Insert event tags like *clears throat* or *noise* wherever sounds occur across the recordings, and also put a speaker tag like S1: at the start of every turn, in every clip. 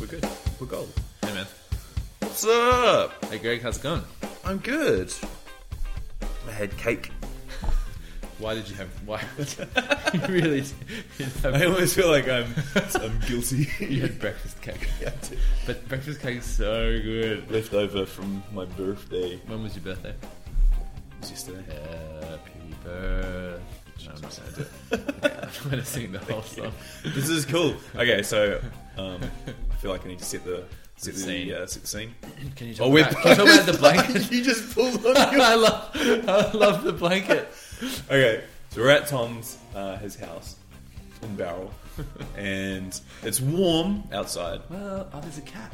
S1: We're good. We're gold.
S2: Hey man. What's up? Hey Greg, how's it going?
S1: I'm good. My head cake.
S2: Why did you have why *laughs* you really did
S1: *laughs*
S2: have,
S1: I always feel like *laughs* I'm I'm guilty.
S2: you
S1: *laughs*
S2: had breakfast cake. But breakfast cake's so good.
S1: Left over from my birthday
S2: When was your birthday?
S1: yesterday.
S2: Happy birthday. No, I'm not gonna do it. I'm gonna sing the whole song.
S1: This is cool. Okay, so *laughs* um, I feel like I need to set the set the,
S2: Scene.
S1: Uh, set the scene.
S2: Can you
S1: Oh,
S2: talk,
S1: we're
S2: about, can you talk about the
S1: *laughs*
S2: blanket?
S1: you just pulled
S2: *laughs*
S1: on
S2: I love I love the blanket.
S1: Okay, so we're at Tom's, uh, his house in *laughs* Barrel, and it's warm outside,
S2: Well, oh there's a cat.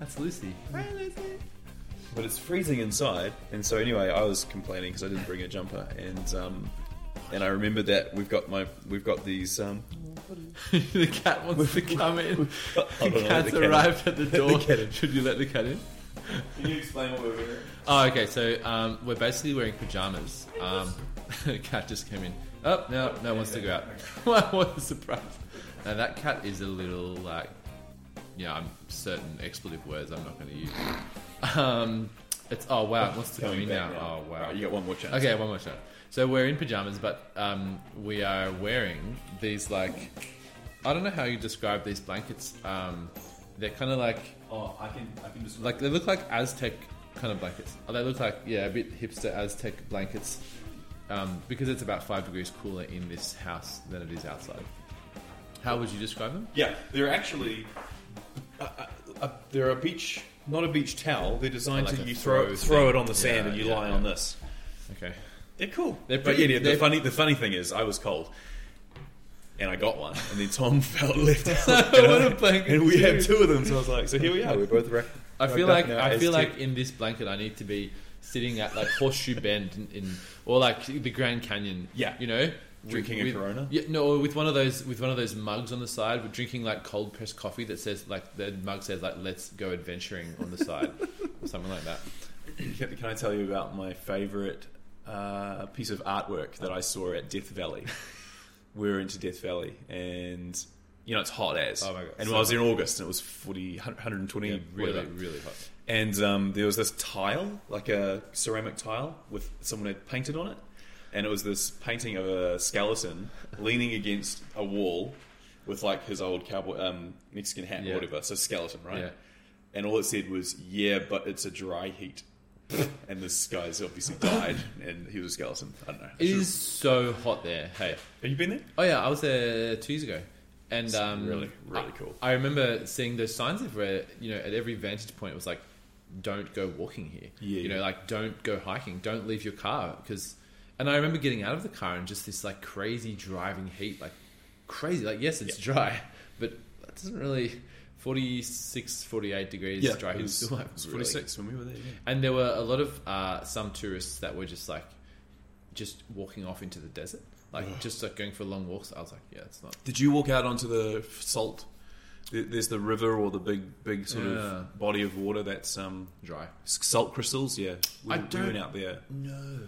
S2: That's Lucy.
S1: but it's freezing inside. And so anyway, I was complaining because I didn't bring a jumper, and um, and I remembered that we've got my we've got these um,
S2: *laughs*
S1: *laughs*
S2: the cat wants to come in. The
S1: Hold on,
S2: cat's
S1: the cat in.
S2: arrived at the
S1: the
S2: door.
S1: cat in.
S2: Should you let the cat in?
S1: Can you explain what we're wearing?
S2: Oh, okay. So um, we're basically wearing pajamas. Um, *laughs* the cat just came in. Oh no, no wants to go out. *laughs* Wow, what a surprise! Now that cat is a little like, yeah, I'm certain expletive words I'm not going to use. Um, it's oh wow, it wants to come in now. Oh wow,
S1: you got one more chance.
S2: Okay, one more shot. So we're in pajamas, but um, we are wearing these like I don't know how you describe these blankets. Um, they're kind of like
S1: Oh, I can I can just
S2: like they look like Aztec kind of blankets. Oh, they look like yeah, a bit hipster Aztec blankets um, because it's about five degrees cooler in this house than it is outside. How would you describe them?
S1: yeah. They're actually uh, uh, uh, they're a beach, not a beach towel. They're designed
S2: Like
S1: to
S2: a
S1: you
S2: throw
S1: throw
S2: thing.
S1: throw it on the
S2: Yeah,
S1: sand and you
S2: yeah,
S1: lie
S2: yeah.
S1: on this.
S2: Okay.
S1: They're cool.
S2: They're
S1: but
S2: pretty-
S1: yeah, yeah, the
S2: they're-
S1: funny the funny thing is, I was cold, and I got one, and then Tom *laughs* felt left out. And I-
S2: *laughs* What a blanket
S1: And we had
S2: dude.
S1: two of them, so I was like, so here we are. We're both wrecked.
S2: *laughs* I feel like I feel like in this blanket I need to be sitting at like Horseshoe Bend in, in or like the Grand Canyon.
S1: Yeah.
S2: you know,
S1: Drinking a Corona?
S2: Yeah, no, or with one of those with one of those mugs on the side. We're drinking like cold pressed coffee that says like the mug says like "Let's go adventuring" on
S1: *laughs*
S2: the side, or something like that.
S1: Can, can I tell you about my favorite uh, piece of artwork that I saw at Death
S2: *laughs*
S1: Valley? we were into Death Valley, and you know it's hot as.
S2: Oh my God.
S1: And I was in August, and it was 40, 120,
S2: Yeah, really,
S1: whatever.
S2: really hot.
S1: and um, there was this tile, like a ceramic tile, with someone had painted on it, and it was this painting of a skeleton leaning against a wall with like his old cowboy um, Mexican hat
S2: Yeah.
S1: or whatever. So skeleton, right?
S2: Yeah.
S1: And all it said was, "Yeah, but it's a dry heat." and this guy's obviously died, and he was a skeleton. I don't know.
S2: It is so hot there. Hey,
S1: Have you been there?
S2: oh yeah, I was there two years ago, and um,
S1: really, really
S2: I-
S1: cool.
S2: I remember seeing those signs everywhere. You know, at every vantage point, it was like, "Don't go walking here."
S1: Yeah,
S2: You know,
S1: yeah.
S2: like, "Don't go hiking. Don't leave your car." Because, and I remember getting out of the car and just this like crazy driving heat, like crazy. Like, yes, it's dry, but that doesn't really 46, 48 degrees dry
S1: it
S2: heat.
S1: was,
S2: is still like
S1: it was *laughs*
S2: really-
S1: forty-six when we were there. Yeah.
S2: And there were a lot of uh, some tourists that were just like, just walking off into the desert, like just like going for long walks. I was like, yeah, it's not.
S1: Did you walk out onto the f- salt? There- There's the river or the big, big sort
S2: Yeah.
S1: of body of water that's um,
S2: Dry.
S1: s- salt crystals. Yeah, we,
S2: I
S1: we
S2: don't-
S1: went out there.
S2: No.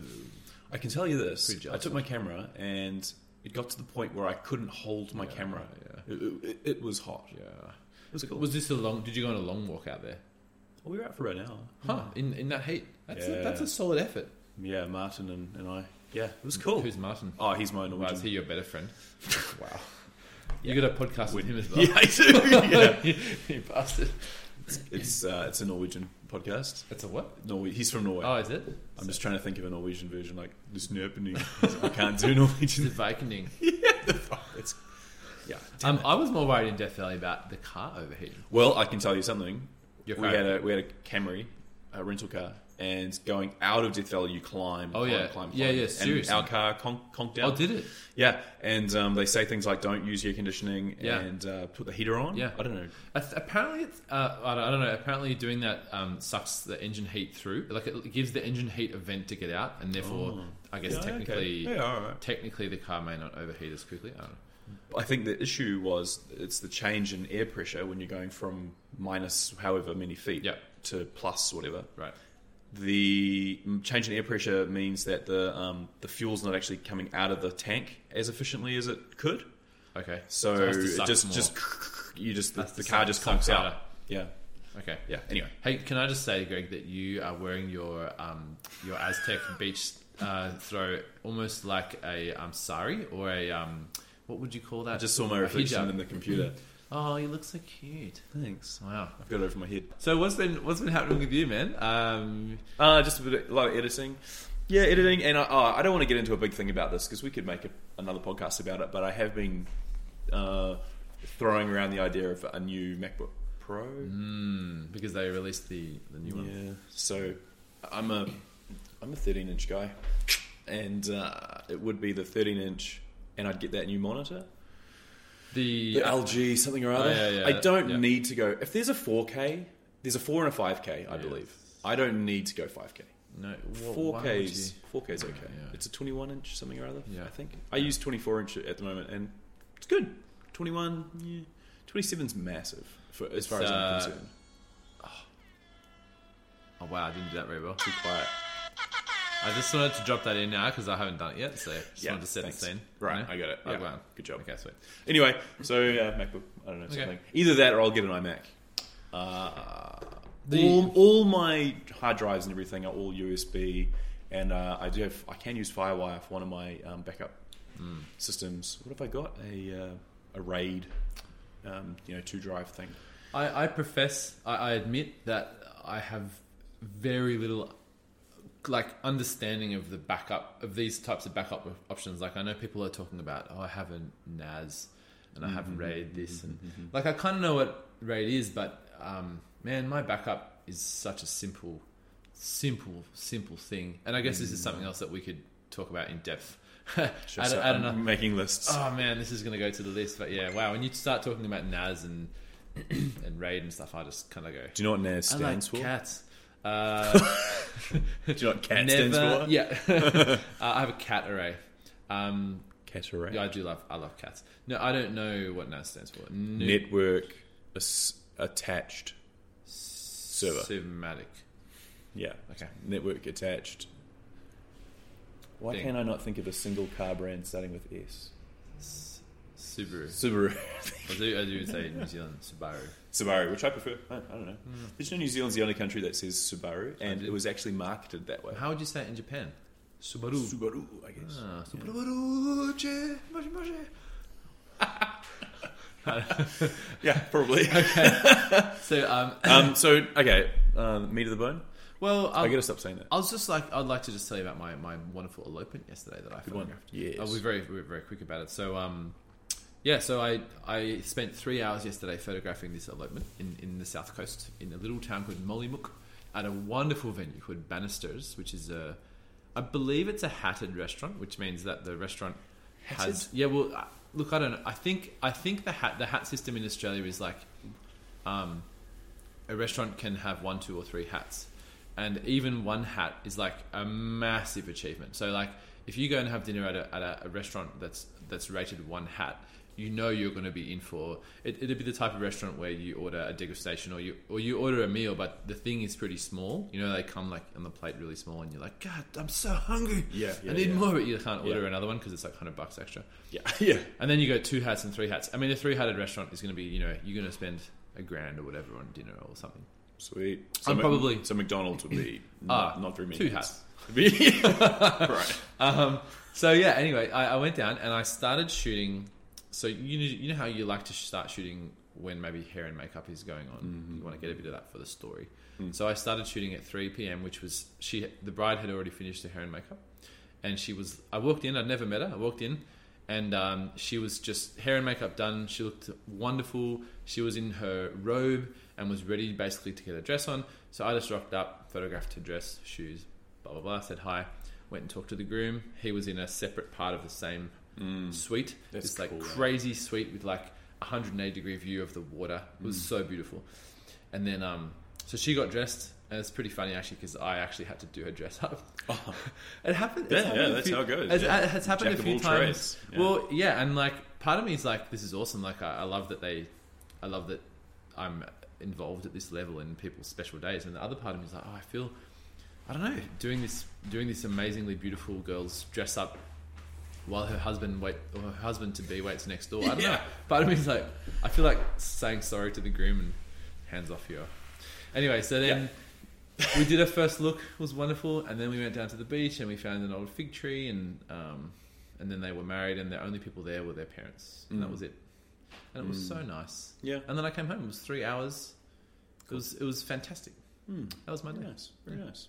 S1: I can tell you this:
S2: Pretty
S1: I took
S2: jealous.
S1: my camera, and it got to the point where I couldn't hold my
S2: Yeah,
S1: camera.
S2: yeah.
S1: It, it, it was hot.
S2: Yeah.
S1: It was cool.
S2: Was this a long? Did you go on a long walk out there?
S1: we were out for about an hour.
S2: Huh? In in that heat? That's
S1: Hmm. Yeah.
S2: a, that's a solid effort.
S1: Hmm. Yeah, Martin and, and I. Yeah, it was cool.
S2: Who's Martin?
S1: oh, he's my
S2: Wow, is
S1: Norwegian.
S2: he your
S1: *laughs*
S2: better friend? wow. You got a podcast *laughs* with him as well.
S1: yeah, I do. Yeah.
S2: *laughs* you bastard.
S1: it's uh, it's a Norwegian podcast.
S2: That's a what?
S1: Norway. He's from Norway.
S2: Oh, is it?
S1: I'm just trying to think of a Norwegian version, like this happening. I can't do Norwegian.
S2: It's *laughs* a Vikinging.
S1: It's, *laughs* yeah. damn
S2: Um,
S1: it.
S2: I was more worried in Death Valley about the car overheating.
S1: well, I can tell you something.
S2: Your
S1: we
S2: car-
S1: had a we had a Camry, a rental car, and going out of Death Valley, you climb.
S2: Oh,
S1: climb,
S2: yeah.
S1: climb,
S2: Yeah,
S1: climb.
S2: yeah,
S1: And
S2: seriously.
S1: our car con- conked
S2: Oh,
S1: out.
S2: did it?
S1: yeah, and um, they say things like "Don't use air conditioning"
S2: Yeah.
S1: and uh, "Put the heater on."
S2: Yeah.
S1: I don't know.
S2: Ath- Apparently, it's, uh, I don't- I don't know. Apparently, doing that um, sucks the engine heat through. Like it gives the engine heat a vent to get out, and therefore, I guess
S1: Oh. Yeah, okay.
S2: technically,
S1: yeah, all right.
S2: technically the car may not overheat as quickly. I don't know.
S1: I think the issue was it's the change in air pressure when you're going from minus however many feet
S2: Yep.
S1: to plus whatever.
S2: Right.
S1: the change in air pressure means that the um, the fuel's not actually coming out of the tank as efficiently as it could.
S2: Okay.
S1: So
S2: it has to
S1: it
S2: suck
S1: just
S2: more.
S1: just you just the,
S2: That's
S1: the
S2: the
S1: car
S2: sub-
S1: just conks
S2: subcarter.
S1: out. Yeah,
S2: Okay.
S1: yeah. Anyway,
S2: Hey, can I just say, Greg, that you are wearing your um, your Aztec beach uh, throw almost like a um, sari or a um, what would you call
S1: I
S2: that?
S1: just saw my
S2: A
S1: reflection
S2: hijab.
S1: in the computer.
S2: Oh, you look so cute.
S1: *laughs* Thanks.
S2: Wow.
S1: I've got it over my head.
S2: So what's been what's been happening with you, man? Um,
S1: Uh, just a, bit, a lot of editing. Yeah, editing. And I, oh, I don't want to get into a big thing about this because we could make a, another podcast about it, but I have been uh, throwing around the idea of a new MacBook Pro.
S2: mm, because they released the the new one.
S1: Yeah. So I'm a I'm a 13 inch guy, and uh, it would be the 13 inch, and I'd get that new monitor,
S2: The,
S1: the LG something or
S2: Oh,
S1: other.
S2: yeah, yeah,
S1: I don't
S2: yeah.
S1: need to go. If there's a 4K, there's a four and a 5K, I
S2: Yeah.
S1: believe. I don't need to go 5K.
S2: no wha-
S1: Four
S2: why would
S1: K's, four K's okay.
S2: Yeah.
S1: It's a twenty-one inch something or other.
S2: Yeah.
S1: I think I use twenty-four inch at the moment, and it's good. Twenty-one, yeah, twenty-seven's massive for as far as I'm
S2: Uh,
S1: concerned.
S2: you- Oh wow, I didn't do that very well.
S1: Too quiet.
S2: I just wanted to drop that in now because I haven't done it yet. So just
S1: Yeah,
S2: wanted to set
S1: thanks.
S2: the scene.
S1: Right,
S2: You know?
S1: I got it.
S2: Oh,
S1: Yeah.
S2: wow.
S1: Good job.
S2: Okay, sweet.
S1: Anyway, so uh, MacBook, I don't know something. Either that, or I'll get an iMac. Uh,
S2: The-
S1: all, all my hard drives and everything are all USB, and uh, I do have I can use FireWire for one of my um, backup systems. What have I got? A uh, a RAID, um, you know, two drive thing.
S2: I, I profess, I, I admit that I have very little like understanding of the backup of these types of backup op- options. Like I know people are talking about, oh, I have a NAS and I
S1: Mm-hmm.
S2: have RAID this, and like I kind of know what RAID is, but um, man, my backup is such a simple, simple, simple thing. And I guess this is something else that we could talk about in depth.
S1: Mm.
S2: *laughs*
S1: Sure,
S2: at,
S1: so um,
S2: at
S1: I'm
S2: another-
S1: making lists.
S2: Oh man, this is gonna go to the list, but yeah, wow. When you start talking about Nas and *clears throat* and raid and stuff, I just kind of go.
S1: do you know what NAS
S2: I like
S1: stands for?
S2: *laughs* cats. Uh,
S1: *laughs* Do you know what CAT stands
S2: never.
S1: for?
S2: *laughs* Yeah, uh, I have a cat array. Um,
S1: Cat array.
S2: yeah, I do love. I love cats. No, I don't know what Nas stands for. Nu-
S1: Network as- attached.
S2: server. Symatic.
S1: Yeah.
S2: Okay.
S1: network attached. Why
S2: Thing.
S1: can I not think of a single car brand starting with S?
S2: S- Subaru.
S1: Subaru. *laughs*
S2: I do. I do say New Zealand Subaru.
S1: Subaru, which I prefer. I, I don't know.
S2: Hmm.
S1: Did you know New Zealand's the only country that says Subaru, and
S2: did.
S1: it was actually marketed that way.
S2: How would you say it in Japan? Subaru.
S1: Subaru, I guess.
S2: Ah, Subaru.
S1: Subaru,
S2: *laughs*
S1: yeah, probably.
S2: So um,
S1: um, so, okay, um, meat of the bone.
S2: well, um,
S1: I gotta stop saying that.
S2: I was just like, I'd like to just tell you about my, my wonderful elopement yesterday that I
S1: Good one.
S2: photographed.
S1: Yes.
S2: I'll be very we Oh, were very quick about it. So um, yeah. So I I spent three hours yesterday photographing this elopement in, in the south coast in a little town called Mollymook at a wonderful venue called Bannisters, which is a I believe it's a hatted restaurant, which means that the restaurant
S1: Hatted?
S2: has yeah. Well, I- look, I don't know. I think I think the hat the hat system in Australia is like um, a restaurant can have one, two, or three hats, and even one hat is like a massive achievement. So, like, if you go and have dinner at a, at a, a restaurant that's that's rated one hat, you know you're going to be in for it. It'd be the type of restaurant where you order a degustation or you or you order a meal, but the thing is pretty small. You know, they come like on the plate really small, and you're like, God, I'm so hungry.
S1: Yeah, yeah,
S2: I need
S1: yeah.
S2: more, but you can't order
S1: Yeah.
S2: another one because it's like hundred bucks extra.
S1: Yeah, *laughs* yeah.
S2: And then you go two hats and three hats. I mean, a three hatted restaurant is going to be, you know, you're going to spend a grand or whatever on dinner or something.
S1: Sweet.
S2: I'm
S1: Mc-
S2: probably-
S1: so McDonald's would
S2: *clears throat*
S1: be
S2: Ah,
S1: not, not very many
S2: two hats.
S1: *laughs* right.
S2: Um, so yeah. Anyway, I, I went down and I started shooting. So you know, you know how you like to sh- start shooting when maybe hair and makeup is going on. You want to get a bit of that for the story. So I started shooting at three p.m., which was she the bride had already finished her hair and makeup, and she was. I walked in. I'd never met her. I walked in, and um, she was just hair and makeup done. She looked wonderful. She was in her robe and was ready basically to get her dress on. So I just rocked up, photographed her dress, shoes, blah blah blah. Said hi, went and talked to the groom. He was in a separate part of the same suite.
S1: Mm. That's
S2: this like
S1: cool, eh?
S2: crazy suite with like 180 degree view of the water. It
S1: Mm.
S2: was so beautiful. And then um, so she got dressed, and it's pretty funny actually because I actually had to do her dress up. *laughs* it happened. it's
S1: Oh. Yeah, yeah,
S2: happened a
S1: that's
S2: few-
S1: how it goes,
S2: It's,
S1: yeah.
S2: it's happened
S1: Jack
S2: a
S1: of
S2: few
S1: all
S2: times.
S1: trades, yeah.
S2: Well, yeah, and like part of me is like, this is awesome. Like I, I love that they, I love that I'm involved at this level in people's special days, and the other part of me is like, oh, I feel, I don't know, doing this, doing this amazingly beautiful girl's dress up while her husband wait or her husband to be waits next door.
S1: *laughs*
S2: I don't know.
S1: Yeah.
S2: Part of me's like, I feel like saying sorry to the groom and hands off here. Anyway, so then we did our first look. It was wonderful, and then we went down to the beach and we found an old fig tree, and um, and then they were married, and the only people there were their parents, and that
S1: Mm.
S2: was it. And it was so nice.
S1: Yeah.
S2: *laughs* And then I came home. It was three hours. It was it was fantastic.
S1: Hmm.
S2: That was my day.
S1: Nice. Very
S2: Yeah.
S1: nice.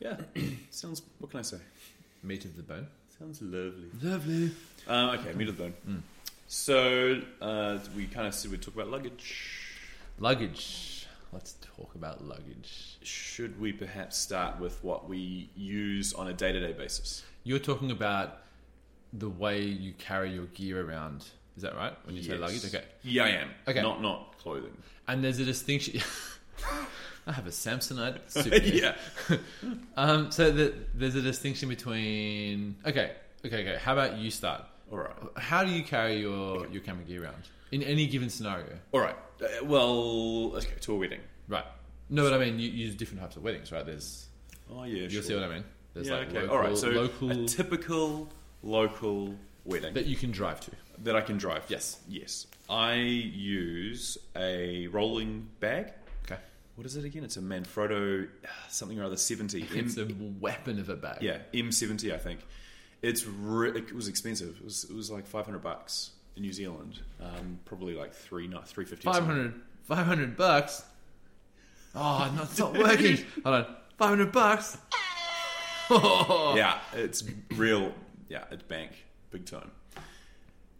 S1: Yeah. *clears throat* Sounds. What can I say?
S2: Meat of the bone.
S1: Sounds lovely.
S2: Lovely.
S1: Um, okay. Meat of the bone.
S2: Mm.
S1: So uh, we kind of said we talk about luggage.
S2: Luggage. Let's talk about luggage.
S1: Should we perhaps start with what we use on a day-to-day basis?
S2: You're talking about the way you carry your gear around. Is that right? When you say
S1: Yes.
S2: luggage, okay.
S1: Yeah, I am.
S2: Okay.
S1: Not not clothing.
S2: And there's a distinction. *laughs* I have a Samsonite.
S1: *laughs*
S2: Suitcase. Um. So the, there's a distinction between. Okay. Okay. Okay. How about you start?
S1: All right.
S2: How do you carry your
S1: Okay.
S2: your camera gear around in any given scenario?
S1: All right. Uh, well, let's go to a wedding.
S2: Right. No, but I mean, you you use different types of weddings, right? There's
S1: Oh yeah.
S2: You'll
S1: sure.
S2: see what I mean. There's
S1: yeah.
S2: like
S1: okay.
S2: local,
S1: All right. So
S2: local
S1: a typical local wedding
S2: that you can drive to.
S1: that I can drive.
S2: Yes.
S1: Yes. I use a rolling bag.
S2: Okay.
S1: What is it again? It's a Manfrotto uh, something or other seventy. M-
S2: It's a weapon of a bag.
S1: yeah, M seventy. I think it's re- it was expensive. It was it was like five hundred bucks in New Zealand. Um, probably like three three fifty.
S2: 500, 500 bucks. Oh, no, it's not working.
S1: *laughs*
S2: Hold on. 500 bucks. *laughs*
S1: Yeah, it's real. Yeah, it's bank big time.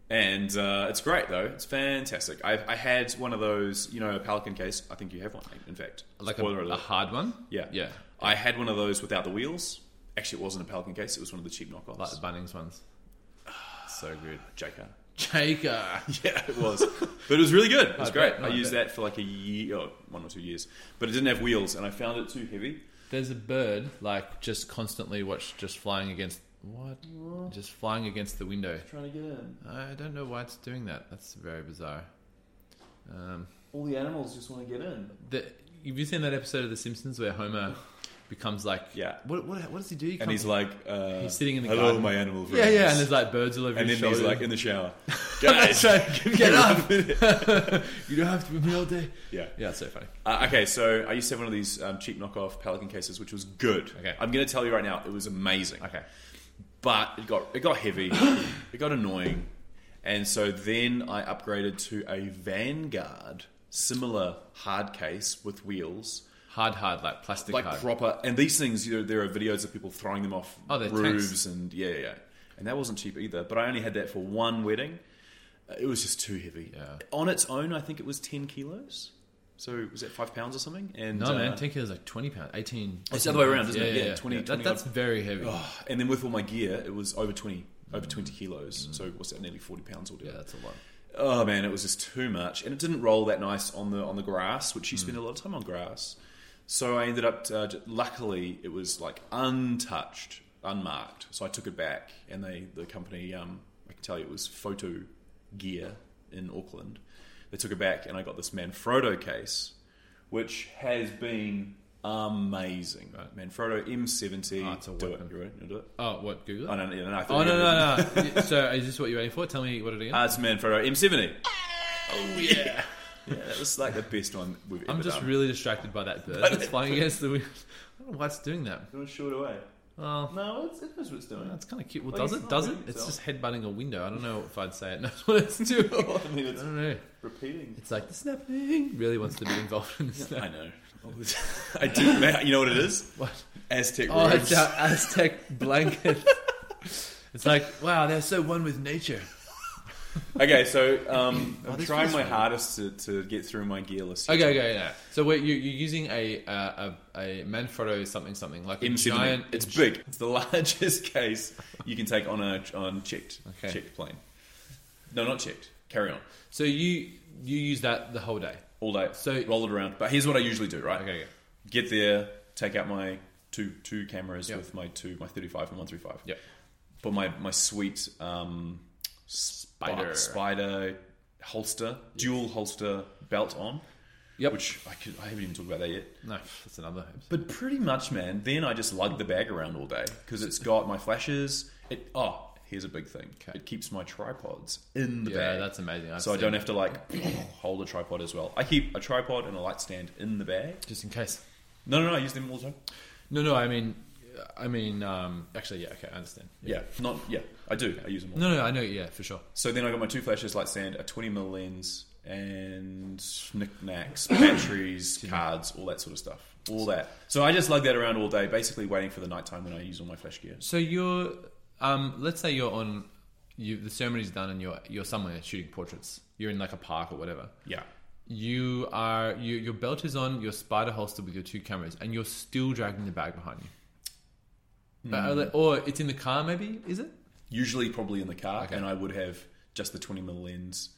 S1: And uh, it's great though. It's fantastic. I, I had one of those, you know, a Pelican case. I think you have one, mate, in fact.
S2: Like a,
S1: Spoiler
S2: a
S1: alert.
S2: hard one?
S1: yeah,
S2: Yeah.
S1: I had one of those without the wheels. Actually, it wasn't a Pelican case. It was one of the cheap knockoffs.
S2: Like the Bunnings ones. So good.
S1: JK. *laughs*
S2: Jaker.
S1: Yeah, it was. but it was really good. It
S2: *laughs*
S1: was
S2: I
S1: great.
S2: bet,
S1: I
S2: I
S1: used
S2: bet.
S1: that for like a year, oh, one or two years. But it didn't have wheels, and I found it too heavy.
S2: *laughs* There's a bird, like, just constantly watch, just flying against. What? Just flying against the window.
S1: Trying to get in.
S2: I don't know why it's doing that. That's very bizarre. Um,
S1: All the animals just want to get in.
S2: the, have you seen that episode of The Simpsons where Homer becomes like,
S1: Yeah.
S2: what, what, what does he do? He
S1: And
S2: comes-
S1: he's like, uh,
S2: He's sitting in the
S1: hello,
S2: garden."
S1: my animal friends.
S2: yeah, yeah, and there's like birds all over
S1: And then
S2: his
S1: he's
S2: shoulders.
S1: like in the *laughs* shower.
S2: *laughs*
S1: Guys, *laughs*
S2: That's right.
S1: give me
S2: Get
S1: a
S2: up.
S1: minute.
S2: *laughs* you don't have to be me all day.
S1: Yeah.
S2: Yeah, it's so funny.
S1: Uh, okay, so I used to have one of these um, cheap knockoff Pelican cases, which was good.
S2: Okay.
S1: I'm going to tell you right now, it was amazing.
S2: Okay.
S1: But it got it got heavy, it got annoying, and so then I upgraded to a Vanguard similar hard case with wheels,
S2: Hard, hard, like plastic
S1: like
S2: hard.
S1: proper. And these things, you know, there are videos of people throwing them off
S2: Oh, they're
S1: roofs,
S2: tanks.
S1: and yeah, yeah, yeah. And that wasn't cheap either. But I only had that for one wedding. Uh, It was just too heavy.
S2: Yeah.
S1: On its own, I think it was ten kilos. So was that five pounds or something? And
S2: no,
S1: uh,
S2: man, 10 kilos is like 20 pounds, 18.
S1: It's the other way around, isn't
S2: yeah,
S1: it?
S2: Yeah,
S1: Yeah,
S2: yeah.
S1: 20,
S2: Yeah, that-
S1: 20
S2: that's very heavy.
S1: Oh, and then with all my gear, it was over twenty, over twenty kilos.
S2: Mm.
S1: So what's that? Nearly forty pounds
S2: Yeah,
S1: altogether.
S2: that's a lot.
S1: Oh man, it was just too much, and it didn't roll that nice on the on the grass, which
S2: Mm.
S1: you spend a lot of time on grass. So I ended up. Uh, j- luckily, it was like untouched, unmarked. So I took it back, and they the company. Um, I can tell you, it was Photo Gear in Auckland. They took it back, and I got this Manfrotto case, which has been amazing.
S2: Right.
S1: Manfrotto M70.
S2: Oh, it's a
S1: do it.
S2: weapon.
S1: You ready? You'll do it.
S2: Oh, what? Google?
S1: Oh
S2: it?
S1: no, yeah, no, I thought
S2: Oh,
S1: you
S2: no,
S1: were-
S2: no, no. *laughs* so, is this what you're waiting for? Tell me what it is.
S1: Ah, it's Manfrotto M70. Oh yeah, yeah, that was like the best one we've ever
S2: I'm just
S1: done.
S2: really distracted by
S1: *laughs*
S2: that bird.
S1: By
S2: It's
S1: that
S2: flying against the wind. I don't know why it's doing that.
S1: Doing short away.
S2: Well,
S1: No, it's, it knows what it's doing.
S2: that's kind of cute. Well,
S1: Well,
S2: does
S1: he's
S2: it?
S1: not
S2: Does it?
S1: doing
S2: It's
S1: himself.
S2: just headbutting a window. I don't know if I'd say it *laughs* knows what it's doing. I
S1: *laughs* I mean, it's
S2: don't know.
S1: *laughs* repeating.
S2: It's like the snapping really wants to be involved in the snap.
S1: I know. *laughs* I do. Man, you know what it is?
S2: What?
S1: *laughs* Aztec
S2: Oh,
S1: robes.
S2: it's our Aztec blanket.
S1: *laughs*
S2: it's like wow, they're so one with nature.
S1: Okay, so *laughs* um,
S2: Oh,
S1: I'm
S2: this
S1: trying
S2: feels
S1: my
S2: funny.
S1: hardest to, to get through my gear list.
S2: Okay, okay, yeah. So wait, you, you're using a uh, a, a Manfrotto something something like a
S1: M70.
S2: giant.
S1: It's big. It's the *laughs* largest case you can take on a on checked
S2: Okay.
S1: checked plane. No, not checked. Carry on.
S2: So you you use that the whole day.
S1: all day.
S2: So-
S1: So roll it around. But here's what I usually do, right?
S2: Okay, okay.
S1: Get there, take out my two two cameras
S2: Yep.
S1: with my two my 35 and 135.
S2: Yep.
S1: Put my my sweet um, spider
S2: Spider.
S1: spider holster dual holster belt on.
S2: Yep.
S1: Which I could I haven't even talked about that yet.
S2: No, that's another. episode.
S1: But pretty much, man. Then I just lug the bag around all day because it's got my flashes. It oh. here- Here's a big thing.
S2: Okay.
S1: It keeps my tripods in the
S2: Yeah,
S1: bag.
S2: that's amazing. I've
S1: so I
S2: seen
S1: don't
S2: that.
S1: have to like *coughs* hold a tripod as well. I keep a tripod and a light stand in the bag.
S2: just in case.
S1: No, no, no. I use them all the time.
S2: No, no. I mean, I mean, um, actually, yeah. Okay, I understand.
S1: Yeah, not yeah. I do. I use them all.
S2: No, no. I know. Yeah, for sure.
S1: So then I got my two flashes, light stand, a 20 mil lens, and knickknacks, *coughs* batteries, cards, all that sort of stuff. All that. So I just lug that around all day, basically waiting for the nighttime when I use all my flash gear.
S2: So you're, um, let's say you're on, you the ceremony's done and you're you're somewhere shooting portraits. You're in like a park or whatever.
S1: Yeah.
S2: You are you, your belt is on, your spider holster with your two cameras, and you're still dragging the bag behind you. Uh, or it's in the car, maybe is it?
S1: Usually probably in the car,
S2: Okay.
S1: and I would have just the 20 mil lens.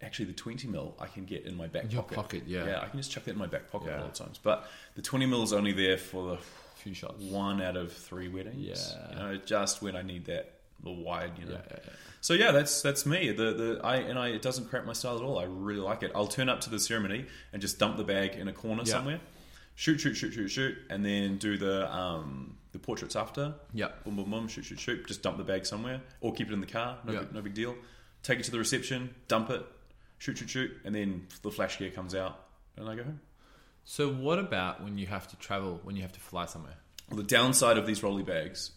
S1: Actually, the 20 mil I can get in my back
S2: Your
S1: pocket.
S2: pocket, yeah.
S1: Yeah, I can just chuck that in my back pocket
S2: Yeah.
S1: a lot of times. But the 20 mil is only there for the
S2: A few shots.
S1: one out of three weddings.
S2: Yeah.
S1: You know, just when I need that the wide, you know.
S2: Yeah, yeah, yeah.
S1: So yeah, that's that's me. The the I and I it doesn't cramp my style at all. I really like it. I'll turn up to the ceremony and just dump the bag in a corner
S2: Yeah.
S1: somewhere. Shoot, shoot, shoot, shoot, shoot, and then do the um the portraits after.
S2: Yeah.
S1: Boom, boom, boom, shoot, shoot, shoot. Just dump the bag somewhere, or keep it in the car. No,
S2: Yeah.
S1: big, no big deal. Take it to the reception, dump it, shoot, shoot, shoot, and then the flash gear comes out, and I go home.
S2: So what about when you have to travel? When you have to fly somewhere?
S1: Well, the downside of these rolly bags,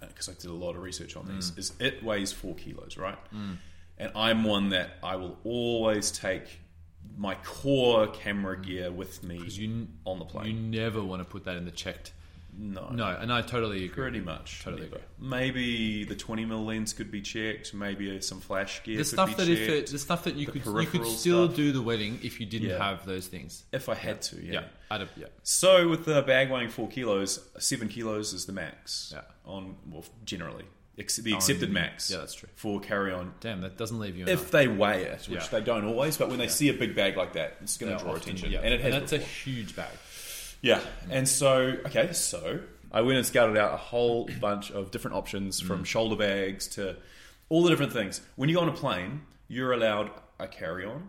S1: because I did a lot of research on
S2: Mm.
S1: these, is it weighs four kilos, right? And I'm one that I will always take my core camera gear with me
S2: you-
S1: on the
S2: You
S1: plane.
S2: never want to put that in the checked.
S1: no,
S2: No, and I totally agree.
S1: pretty much.
S2: Totally
S1: never.
S2: agree.
S1: Maybe the 20 mil lens could be checked. Maybe uh, some flash gear.
S2: the
S1: could
S2: stuff
S1: be
S2: that
S1: checked.
S2: if it, the stuff that you
S1: the
S2: could you could
S1: peripheral
S2: still
S1: stuff.
S2: do the wedding if you didn't
S1: Yeah.
S2: have those things.
S1: if I had to,
S2: Yeah, I'd have, yeah.
S1: So with the bag weighing four kilos, seven kilos is the max.
S2: Yeah.
S1: On well, generally, ex- the accepted max.
S2: yeah, that's true.
S1: For carry on
S2: Damn, that doesn't leave you.
S1: if they weigh it, which
S2: Yeah.
S1: they don't always, but when they see a big bag like that, it's going to draw attention, and it has.
S2: that's a
S1: before.
S2: huge bag.
S1: yeah, and so okay, so I went and scouted out a whole bunch of different options, from
S2: Mm.
S1: shoulder bags to all the different things. When you go on a plane, you're allowed a carry-on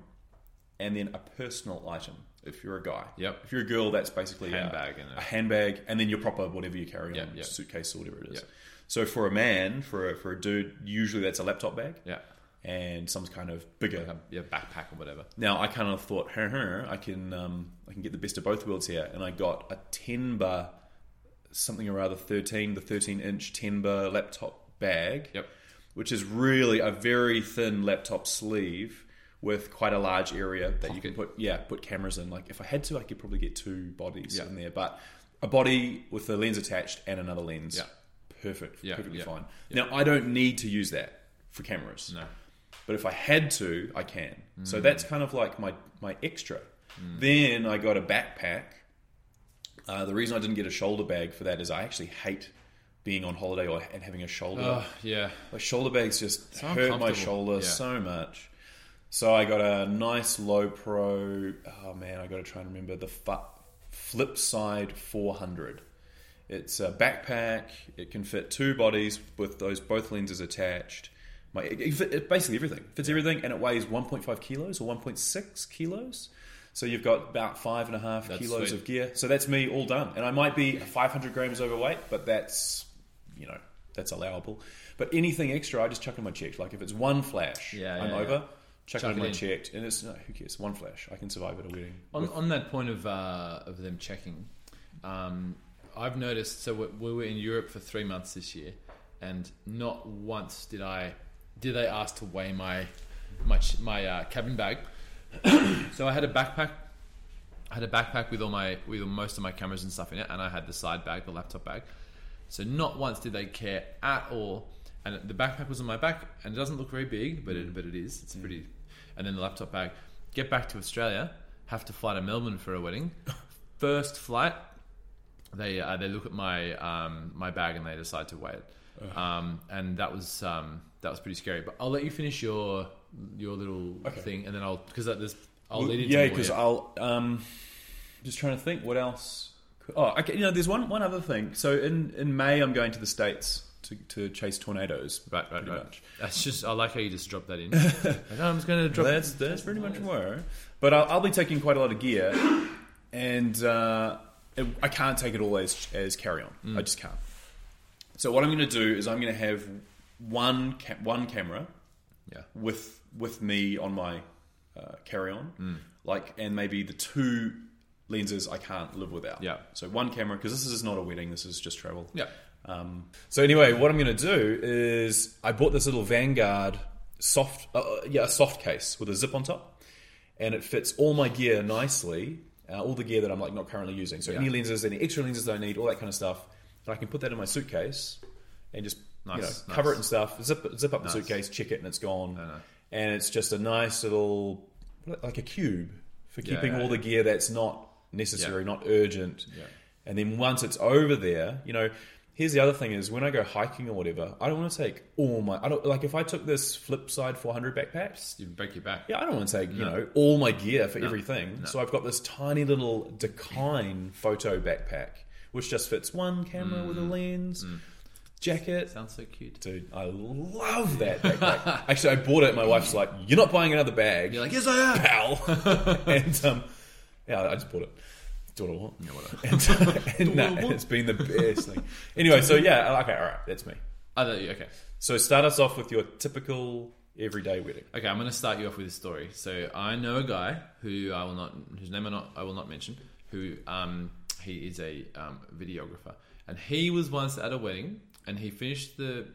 S1: and then a personal item if you're a guy.
S2: Yep.
S1: If you're a girl, that's basically a-
S2: Handbag and
S1: a,
S2: a-
S1: handbag, and then your proper whatever you carry on,
S2: Yep, yep.
S1: suitcase or whatever it is.
S2: Yep.
S1: So for a man, for a, for a dude, usually that's a laptop bag.
S2: Yeah,
S1: And some kind of bigger
S2: like a yeah, backpack or whatever.
S1: now I kind of thought, huh, huh, I can um, I can get the best of both worlds here, and I got a Timber something or other thirteen, the thirteen inch Timber laptop bag,
S2: Yep.
S1: which is really a very thin laptop sleeve with quite a large area that you can
S2: Pocket.
S1: put yeah put cameras in. Like if I had to, I could probably get two bodies
S2: Yeah.
S1: in there, but a body with a lens attached and another lens,
S2: Yeah.
S1: perfect,
S2: Yeah,
S1: perfectly
S2: yeah,
S1: fine. Now I don't need to use that for cameras,
S2: No,
S1: but if I had to, I can.
S2: Mm.
S1: So that's kind of like my my extra. Then I got a backpack. Uh, the reason I didn't get a shoulder bag for that is I actually hate being on holiday or and having a shoulder.
S2: oh, yeah,
S1: Like shoulder bags just
S2: So
S1: hurt my
S2: uncomfortable.
S1: shoulder
S2: Yeah.
S1: so much. So I got a nice low pro. Oh man, I got to try and remember the fu- flip side 400. It's a backpack. It can fit two bodies with those both lenses attached. My it, it, fit- it basically everything fits everything, and it weighs 1.5 kilos or 1.6 kilos. So you've got about five and a half
S2: That's
S1: kilos
S2: sweet.
S1: of gear. So that's me all done, and I might be 500 grams overweight, but that's you know that's allowable. But anything extra, I just chuck in my check. Like if it's one flash,
S2: Yeah,
S1: I'm
S2: yeah,
S1: over.
S2: yeah.
S1: Chuck,
S2: Chuck
S1: it in
S2: it
S1: my
S2: in.
S1: checked, and it's no, who cares? One flash, I can survive at a wedding.
S2: On, on that point of uh, of them checking, um, I've noticed. So we, we were in Europe for three months this year, and not once did I did they ask to weigh my my ch- my uh, cabin bag. *coughs* so I had a backpack. I had a backpack with all my with most of my cameras and stuff in it, and I had the side bag, the laptop bag. So not once did they care at all. And the backpack was on my back, and it doesn't look very big, but it, but it is.
S1: Mm.
S2: It's pretty. And then the laptop bag. Get back to Australia. Have to fly to Melbourne for a
S1: *laughs*
S2: wedding. First flight, they uh, they look at my um, my bag and they decide to weigh it. Um, and that was um, that was pretty scary. But I'll let you finish your your little
S1: Okay.
S2: thing, and then I'll because there's I'll lead into
S1: yeah,
S2: more,
S1: because I'll um, just trying to think what else. could- Oh, okay. You know, there's one one other thing. So in in May, I'm going to the states to to chase tornadoes.
S2: Right, right,
S1: pretty
S2: right.
S1: much.
S2: That's just I like how you just drop
S1: *laughs*
S2: that in. Like, I'm just going to drop.
S1: That's that's pretty much where. But I'll, I'll be taking quite a lot of gear, and uh, it, I
S2: Mm.
S1: can't take it all as as carry on. I just can't. So what I'm going to do is I'm going to have one ca- one camera
S2: Yeah.
S1: with with me on my uh, carry on,
S2: Hmm.
S1: like, and maybe the two lenses I can't live without.
S2: Yeah.
S1: So one camera because this is not a wedding. This is just travel.
S2: Yeah.
S1: Um, so anyway, what I'm going to do is I bought this little Vanguard soft, uh, uh, yeah, a soft case with a zip on top, and it fits all my gear nicely, uh, all the gear that I'm like not currently using. So any lenses, any extra lenses that I need, all that kind of stuff, and I can put that in my suitcase and just you
S2: Nice,
S1: know,
S2: nice.
S1: cover it and stuff. Zip zip up
S2: Nice.
S1: the suitcase, check it, and it's gone.
S2: know.
S1: And it's just a nice little like a cube for
S2: Yeah,
S1: keeping
S2: yeah,
S1: all the gear that's not necessary,
S2: Yeah.
S1: not urgent.
S2: Yeah.
S1: And then once it's over there, you know, here's the other thing is when I go hiking or whatever, I don't want to take all my I don't like if I took this Flipside 400 backpack.
S2: You break your back.
S1: Yeah, I don't want to take, you know, all my gear for everything.
S2: no.
S1: So I've got this tiny little Decline photo backpack which just fits one camera with a lens, jacket,
S2: Mm. Sounds so cute.
S1: Dude, I love that backpack.
S2: *laughs*
S1: Actually, I bought it. My wife's like, "You're not buying another bag."
S2: You're like, yes, I
S1: *coughs*
S2: am.
S1: *laughs* "Ow!" and um, yeah, I just bought it. Do what I want. Yeah,
S2: whatever.
S1: *laughs* And, and,
S2: what I
S1: nah,
S2: want.
S1: it's been the best thing. Anyway, so yeah, uh, okay, all right, that's me.
S2: Oh, there you- okay.
S1: So start us off with your typical everyday wedding.
S2: Okay, I'm going to start you off with a story. So I know a guy who I will not, whose name I not, I will not mention, who um, he is a um, videographer, and he was once at a wedding, and he finished the,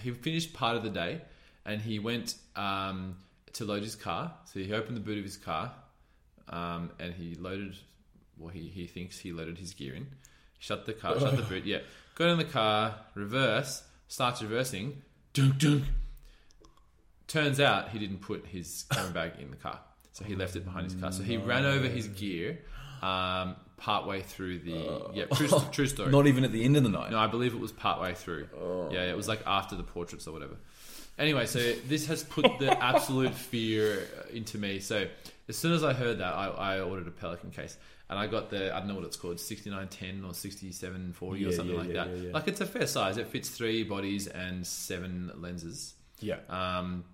S2: he finished part of the day, and he went um, to load his car. So he opened the boot of his car, um, and he loaded, well, he he thinks he loaded his gear in, shut the car, shut the boot, yeah, got in the car, reverse, starts reversing, dunk dunk. Turns out he didn't put his camera bag in the car, so he left it behind his car. So he ran over his gear um, partway through the yeah true, true story.
S1: Not even at the end of the night.
S2: No, I believe it was partway through.
S1: Oh.
S2: Yeah, yeah, it was like after the portraits or whatever. Anyway, so this has put the
S1: *laughs*
S2: absolute fear into me. So as soon as I heard that, I, I ordered a Pelican case. And I got the, I don't know what it's called, 6910 or 6740 or
S1: Yeah,
S2: something
S1: yeah,
S2: like
S1: yeah,
S2: that.
S1: yeah, yeah.
S2: Like it's a fair size. It fits three bodies and seven lenses
S1: Yeah.
S2: um,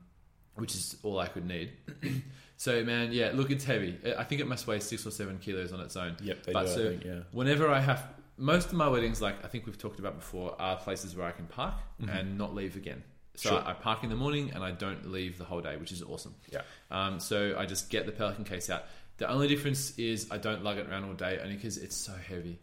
S2: which is all I could need. *clears throat* so, man, yeah, look, it's heavy. I- I think it must weigh six or seven kilos on its own.
S1: Yep, they
S2: but
S1: do, I
S2: so
S1: think, yeah.
S2: whenever I have, most of my weddings, like I think we've talked about before, are places where I can park and not leave again. So
S1: Mm-hmm. Sure.
S2: I, I park in the morning and I don't leave the whole day, which is awesome.
S1: Yeah.
S2: Um, so I just get the Pelican case out. The only difference is I don't lug it around all day, only because it's so heavy.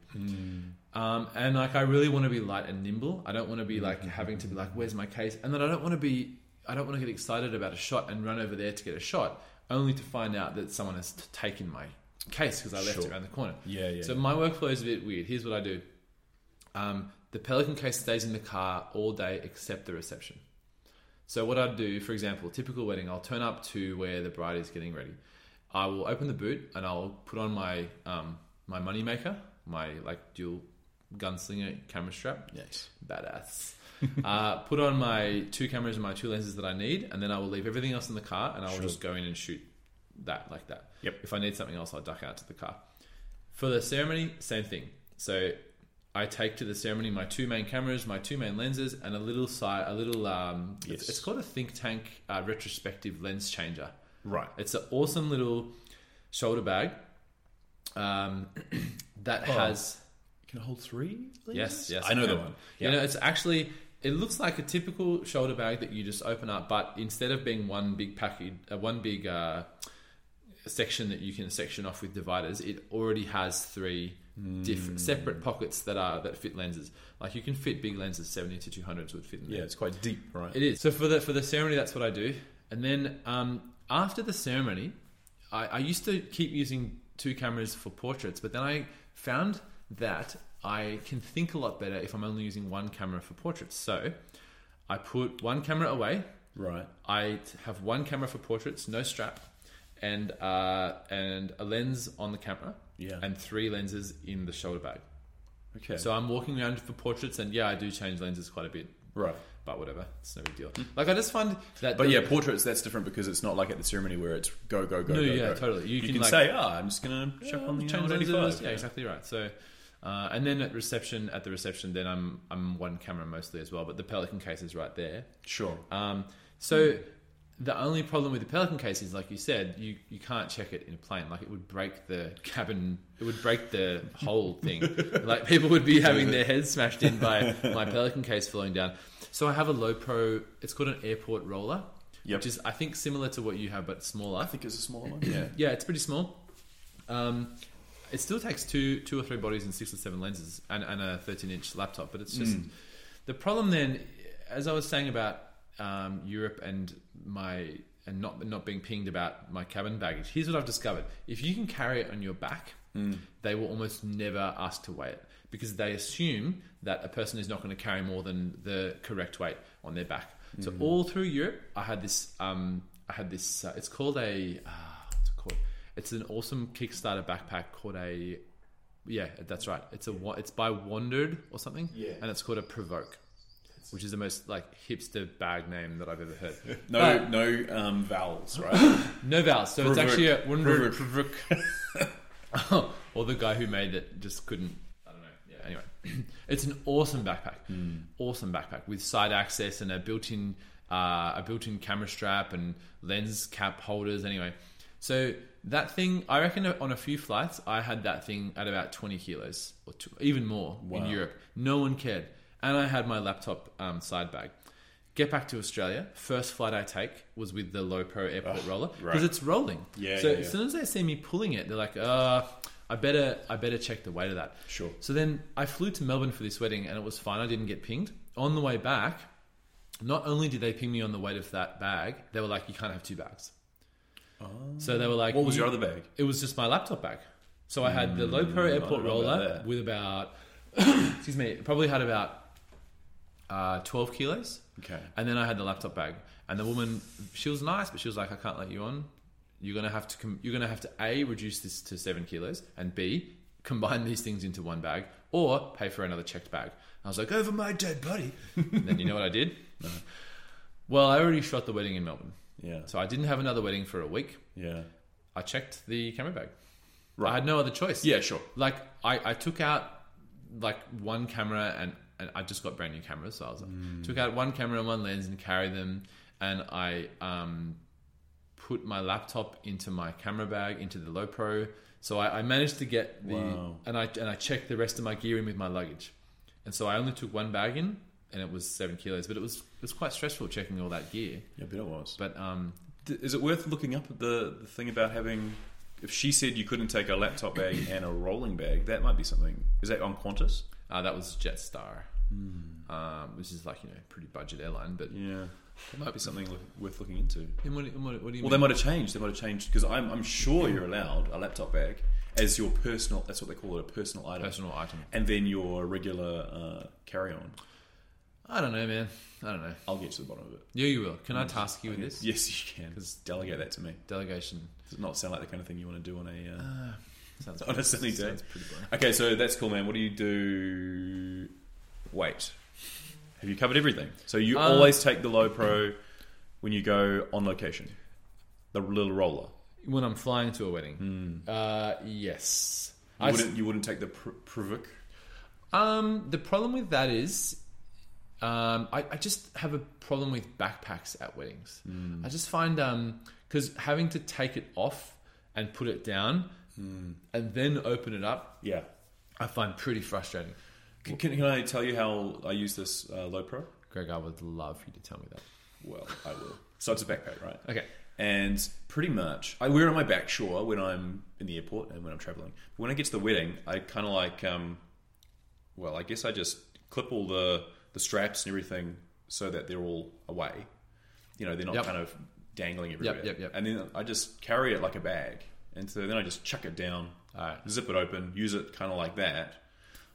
S2: Um, and like I really want to be light and nimble. I don't want to be like having to be like, where's my case? And then I don't want to be, I don't want to get excited about a shot and run over there to get a shot, only to find out that someone has t- taken my case because I left
S1: Sure.
S2: it around the corner.
S1: Yeah, yeah.
S2: So my workflow is a bit weird. Here's what I do. Um, the Pelican case stays in the car all day except the reception. So what I'd do, for example, typical wedding, I'll turn up to where the bride is getting ready. I will open the boot and I'll put on my um, my moneymaker, my like dual gunslinger camera strap,
S1: Yes.
S2: badass. uh, put on my two cameras and my two lenses that I need, and then I will leave everything else in the car, and I will just go in and shoot that like that.
S1: Yep.
S2: If I need something else, I'll duck out to the car. For the ceremony, same thing. So I take to the ceremony my two main cameras, my two main lenses, and a little side, a little um, it's,
S1: Yes.
S2: it's called a think tank uh, retrospective lens changer.
S1: Right.
S2: It's an awesome little shoulder bag um, *clears throat* that
S1: Oh.
S2: has.
S1: Can I hold three? lenses?
S2: Yes, yes.
S1: I know the
S2: can.
S1: one.
S2: You know, it's actually it looks like a typical shoulder bag that you just open up, but instead of being one big package, uh, one big uh, section that you can section off with dividers, it already has three different separate pockets that are that fit lenses. Like you can fit big lenses, seventy to two hundreds would fit in there.
S1: Yeah, it's quite deep, right?
S2: It is. So for the for the ceremony, that's what I do. And then um, after the ceremony, I, I used to keep using two cameras for portraits, but then I found that I can think a lot better if I'm only using one camera for portraits. So I put one camera away.
S1: Right.
S2: I t- have one camera for portraits, no strap, and uh, and a lens on the camera,
S1: Yeah.
S2: and three lenses in the shoulder bag.
S1: Okay.
S2: So I'm walking around for portraits, and yeah, I do change lenses quite a bit
S1: right.
S2: but whatever, it's no big deal. Like I just find that,
S1: But
S2: the-
S1: yeah, portraits. That's different because it's not like at the ceremony where it's go go go.
S2: No,
S1: go,
S2: yeah,
S1: go.
S2: totally. You
S1: You,
S2: can,
S1: can,
S2: like-
S1: say, "Ah, I'm just gonna chuck on the
S2: change
S1: change uh,
S2: lenses.
S1: eighty-five.
S2: Yeah, exactly right. So, uh, and then at reception, at the reception, then I'm I'm one camera mostly as well, but the Pelican case is right there.
S1: Sure.
S2: Um, so
S1: Hmm.
S2: the only problem with the Pelican case is, like you said, you, you can't check it in a plane. Like it would break the cabin, it would break the
S1: *laughs*
S2: whole thing. like people would be having their heads smashed in by my Pelican case falling down. So I have a low pro. It's called an airport roller,
S1: Yep.
S2: which is I think similar to what you have, but smaller.
S1: I think it's a smaller one. Yeah.
S2: Yeah, it's pretty small. Um, it still takes two, two or three bodies and six or seven lenses and, and a 13 inch laptop, but it's just
S1: Hmm.
S2: the problem. Then, as I was saying about um, Europe and my and not not being pinged about my cabin baggage, here's what I've discovered: if you can carry it on your back, they will almost never ask to weigh it because they assume that a person is not going to carry more than the correct weight on their back. So all through Europe, I had this. Um, I had this. Uh, it's called a. Uh, what's it called? It's an awesome Kickstarter backpack called a. Yeah, that's right. It's a. wa- It's by Wandered or something.
S3: Yeah.
S2: And it's called a Provoke, which is the most like hipster bag name that I've ever heard. *laughs*
S1: No,
S2: But-
S1: no um, vowels, *laughs* right?
S2: no vowels. So it's
S1: Provoke.
S2: actually a Wandered Provoke. *laughs* or the guy who made it just couldn't. I don't know. Yeah. Anyway, *clears throat* it's an awesome backpack.
S1: Hmm.
S2: Awesome backpack with side access and a built-in uh, a built-in camera strap and lens cap holders. Anyway, so that thing, I reckon, on a few flights, I had that thing at about twenty kilos or two, even more in Europe. No one cared, and I had my laptop um, side bag. Get back to Australia. First flight I take was with the low pro airport roller because
S1: right.
S2: it's rolling.
S1: Yeah,
S2: So
S1: yeah,
S2: as
S1: yeah.
S2: soon as they see me pulling it, they're like, "Uh, I better, I better check the weight of that."
S1: Sure.
S2: So then I flew to Melbourne for this wedding, and it was fine. I didn't get pinged. On the way back, not only did they ping me on the weight of that bag, they were like, "You can't have two bags." So they were like,
S1: Oh. What was
S2: "You-
S1: your other bag?
S2: It was just my laptop bag. So I had the low pro airport
S1: know about
S2: roller
S1: that.
S2: with about, *coughs* excuse me, it probably had about uh, twelve kilos.
S1: Okay.
S2: And then I had the laptop bag, and the woman, she was nice, but she was like, "I can't let you on. You're gonna have to. Com- you're gonna have to a reduce this to seven kilos, and b combine these things into one bag, or pay for another checked bag." I was like, "Over my dead body." and then you know what I did? *laughs* Well, I already shot the wedding in Melbourne,
S1: Yeah.
S2: so I didn't have another wedding for a week.
S1: Yeah.
S2: I checked the camera bag. I
S1: Right.
S2: had no other choice.
S1: Yeah, sure.
S2: Like I, I took out like one camera and, and I just got brand new cameras, so I was like,
S1: Mm.
S2: took out one camera and one lens and carried them, and I um, put my laptop into my camera bag into the low pro. So I, I managed to get the
S1: Wow.
S2: and I and I checked the rest of my gear in with my luggage, and so I only took one bag in, and it was seven kilos, but it was it was quite stressful checking all that gear.
S1: Yeah, but it was.
S2: But um,
S1: D- Is it worth looking up the, the thing about having? If she said you couldn't take a laptop bag and a rolling bag, that might be something. Is that on Qantas?
S2: Uh, that was Jetstar, um, which is like you know pretty budget airline. But
S1: Hmm. Yeah, that might be something look, worth looking into.
S2: And what, and what, what do you
S1: Well, they
S2: mean?
S1: might have changed. They might have changed because I'm, I'm sure you're allowed a laptop bag as your personal. That's what they call it, a personal item.
S2: Personal item.
S1: And then your regular uh, carry-on.
S2: I don't know, man. I don't know.
S1: I'll get to the bottom of it.
S2: Yeah, you will. Can I task you with this
S1: Mm. Yes, you can.
S2: Because-
S1: Delegate that to me.
S2: delegation?
S1: Does it not sound like the kind of thing you want to do on a? Uh, *laughs*
S2: Sounds
S1: On a sunny day.
S2: Sounds pretty boring.
S1: Okay, so that's cool, man. What do you do? Wait, have you covered everything? So you
S2: Uh,
S1: always take the low pro when you go on location, the little roller.
S2: When I'm flying to a wedding, uh, yes.
S1: Hmm. You
S2: I s-
S1: wouldn't, you wouldn't take the pr- Provoc.
S2: um, the problem with that is, um, I, I just have a problem with backpacks at weddings.
S1: Hmm.
S2: I just find because having to take it off and put it down
S1: Hmm.
S2: and then open it up,
S1: Yeah.
S2: I find pretty frustrating.
S1: Can, can, can I tell you how I use this uh, low pro?
S2: Greg, I would love for you to tell me that.
S1: Well, I will. So it's a backpack, right?
S2: Okay.
S1: And pretty much, I wear it on my back, sure, when I'm in the airport and when I'm traveling. But when I get to the wedding, I kind of like, um, well, I guess I just clip all the, the straps and everything so that they're all away. You know, they're not
S2: Yep.
S1: kind of dangling everywhere.
S2: yep, yep.
S1: And then I just carry it like a bag. And so then I just chuck it down, uh,
S2: All right.
S1: zip it open, use it kind of like that.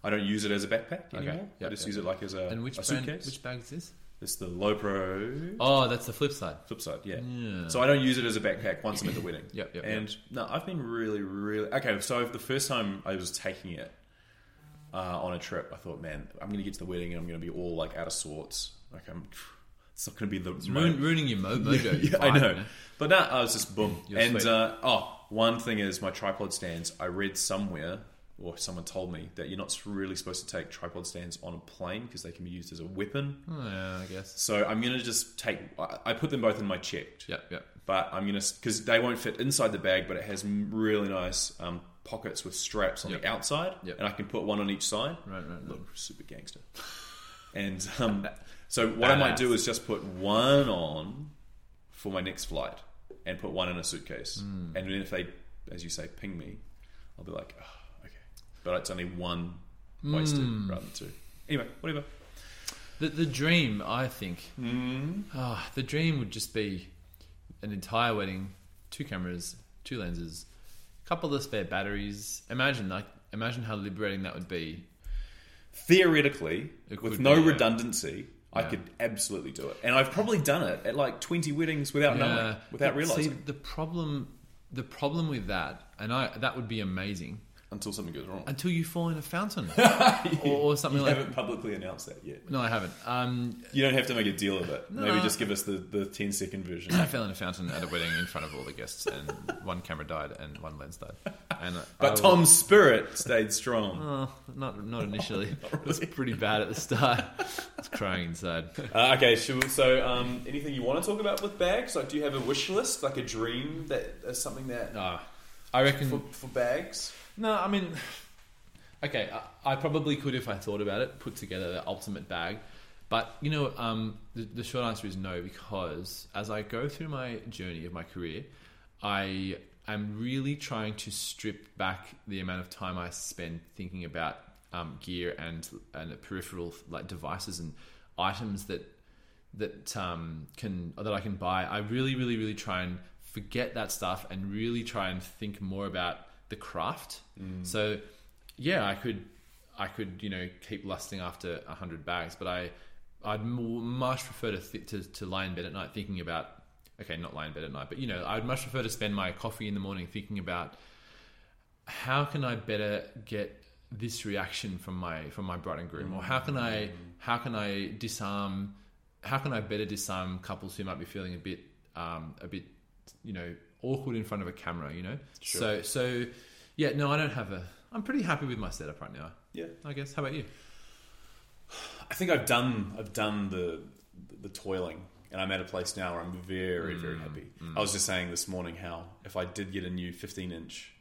S1: I don't use it as a backpack anymore. I
S2: Yep,
S1: just
S2: yep.
S1: use it like as a,
S2: And which
S1: a
S2: brand,
S1: suitcase.
S2: which bag is this?
S1: It's the low pro
S2: Oh, that's the flip side.
S1: flip side, yeah.
S2: Yeah.
S1: So I don't use it as a backpack once I'm at the wedding.
S2: *coughs* Yep, yep,
S1: And no, I've been really, really okay. So the first time I was taking it uh, on a trip, I thought, man, I'm going to get to the wedding and I'm going to be all like out of sorts. Like I'm, *sighs* it's not going to be the
S2: It's ruin, ruining your mo-
S1: *laughs*
S2: mojo.
S1: yeah, I know. But no, I was just boom.
S2: You're
S1: And
S2: sweet.
S1: uh, oh, one thing is my tripod stands. I read somewhere, or someone told me that you're not really supposed to take tripod stands on a plane because they can be used as a weapon.
S2: Oh, yeah, I guess.
S1: So I'm going to just take. I I put them both in my checked
S2: Yep, yep.
S1: but I'm gonna because they won't fit inside the bag, but it has m- really nice um, pockets with straps on
S2: Yep.
S1: the outside,
S2: Yep.
S1: and I can put one on each side.
S2: Right, right, right.
S1: Look, super gangster. And um,
S2: *laughs*
S1: so what I might do is just put one on for my next flight and put one in a suitcase. And
S2: Hmm.
S1: then if they, as you say, ping me, I'll be like, oh, okay. But it's only one wasted
S2: Hmm.
S1: rather than two. Anyway, whatever.
S2: The, the dream, I think.
S1: Mm-hmm.
S2: Ah, the dream would just be an entire wedding, two cameras, two lenses, a couple of spare batteries. Imagine like imagine how liberating that would be.
S1: Theoretically,
S2: It
S1: with
S2: could
S1: no
S2: be, yeah.
S1: redundancy, I
S2: Yeah.
S1: could absolutely do it. And I've probably done it at like 20 weddings without knowing, without
S2: Uh, But
S1: realizing.
S2: See, the problem the problem with that, and I that would be amazing
S1: until something goes wrong.
S2: until you fall in
S1: *laughs*
S2: a fountain or, or something
S1: you
S2: like.
S1: haven't publicly announced that yet.
S2: No, I haven't. Um,
S1: You don't have to make a deal of it. Maybe
S2: no.
S1: just give us the, the 10 second
S2: *coughs*
S1: version.
S2: I fell in a fountain at a wedding in front of all the guests, and one camera died and one lens died. And I
S1: But
S2: was-
S1: Tom's spirit stayed
S2: *laughs*
S1: strong.
S2: Oh, not not initially. It was pretty bad at the start. I was crying inside.
S1: Uh, okay, should we- so um, anything you want to talk about with bags? Like, do you have a wish list, like a dream that is something that
S2: Ah, I reckon.
S1: for, for bags?
S2: no, I mean, *sighs* okay, I, I probably could if I thought about it, put together the ultimate bag. But you know, um, the, the short answer is no, because as I go through my journey of my career, I am really trying to strip back the amount of time I spend thinking about um, gear and and peripheral like devices and items that that um, can that I can buy. I really, really, really try and forget that stuff and really try and think more about the craft. So, yeah, I could, I could, you know, keep lusting after a hundred bags, but I, I'd m- much prefer to, th- to to lie in bed at night thinking about. Okay, not lie in bed at night, but you know, I'd much prefer to spend my coffee in the morning thinking about how can I better get this reaction from my from my bride and groom, or how can
S1: Mm.
S2: I how can I disarm how can I better disarm couples who might be feeling a bit um, a bit you know awkward in front of a camera, you know? So so yeah, no, I don't have a. I'm pretty happy with my setup right now.
S1: Yeah,
S2: I guess. How about you?
S1: I think I've done I've done the the toiling, and I'm at a place now where I'm very
S2: Mm,
S1: very happy. I was just saying this morning how if I did get a new 15 inch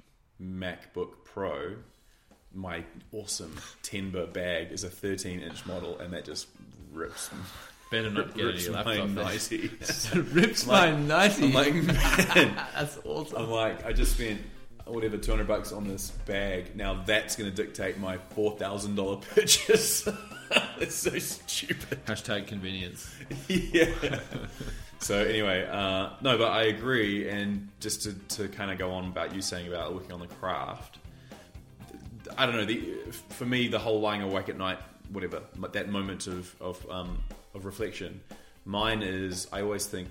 S1: MacBook Pro, my awesome Timber bag is a 13 inch model, and that just rips
S2: Better *laughs* not get
S1: rips
S2: any
S1: my
S2: laptop. though.
S1: nighties.
S2: *laughs* Rips my
S1: I'm
S2: ninety.
S1: like, man,
S2: That's awesome.
S1: I'm like, I just spent whatever two hundred bucks on this bag. Now that's going to dictate my four thousand dollar purchase. *laughs* it's so stupid.
S2: Hashtag convenience.
S1: *laughs* yeah. So anyway, uh, no, but I agree. And just to, to kind of go on about you saying about working on the craft, I don't know. The, for me, the whole lying awake at night, whatever, but that moment of of, um, of reflection, mine is. I always think,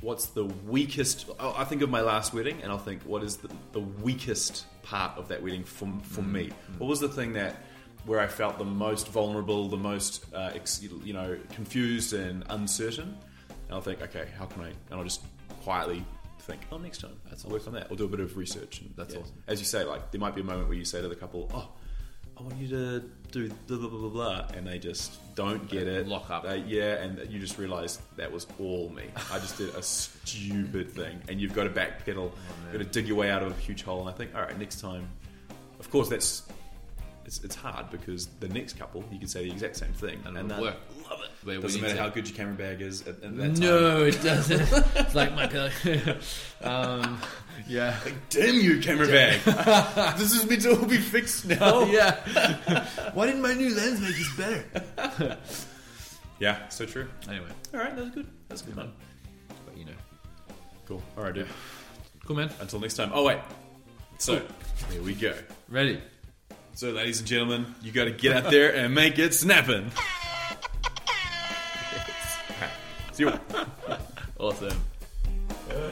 S1: what's the weakest? I I think of my last wedding, and I'll think, what is the, the weakest part of that wedding for for me? What was the thing that where I felt the most vulnerable, the most uh, ex, you know confused and uncertain? And I'll think, okay, how can I? And I'll just quietly think, oh, next time,
S2: That's
S1: I'll work on that. I'll do a bit of research. And
S2: That's awesome.
S1: as you say, like there might be a moment where you say to the couple, "Oh, I want you to do blah blah blah blah,", blah and they just don't get
S2: They
S1: it.
S2: lock up.
S1: They- yeah, and you just realise that was all me. I just did a stupid thing, and you've got to backpedal,
S2: Oh, man.
S1: you've got to dig your way out of a huge hole. And I think, all right, next time. Of course, that's it's, it's hard because the next couple you can say the exact same thing,
S2: And
S1: and
S2: it'll
S1: they'll
S2: work.
S1: Love it.
S2: Where we
S1: Doesn't
S2: need
S1: matter
S2: to-
S1: how good your camera bag is at, at that time.
S2: No, it doesn't. it's like my pillow. *laughs* um, yeah.
S1: Like, damn you, camera bag!
S2: *laughs*
S1: this is meant to all be fixed now.
S2: yeah. Oh. *laughs* Why didn't my new lens make this better?
S1: Yeah, so true.
S2: Anyway,
S1: All right, that was good. That's good fun.
S2: but you know.
S1: Cool. All right, dude.
S2: Cool, man.
S1: Until next time. Oh wait. So here we go.
S2: Ready.
S1: So, ladies and gentlemen, you got to get out there and make it *laughs* snapping. See you. *laughs*
S2: Awesome.
S1: Yeah.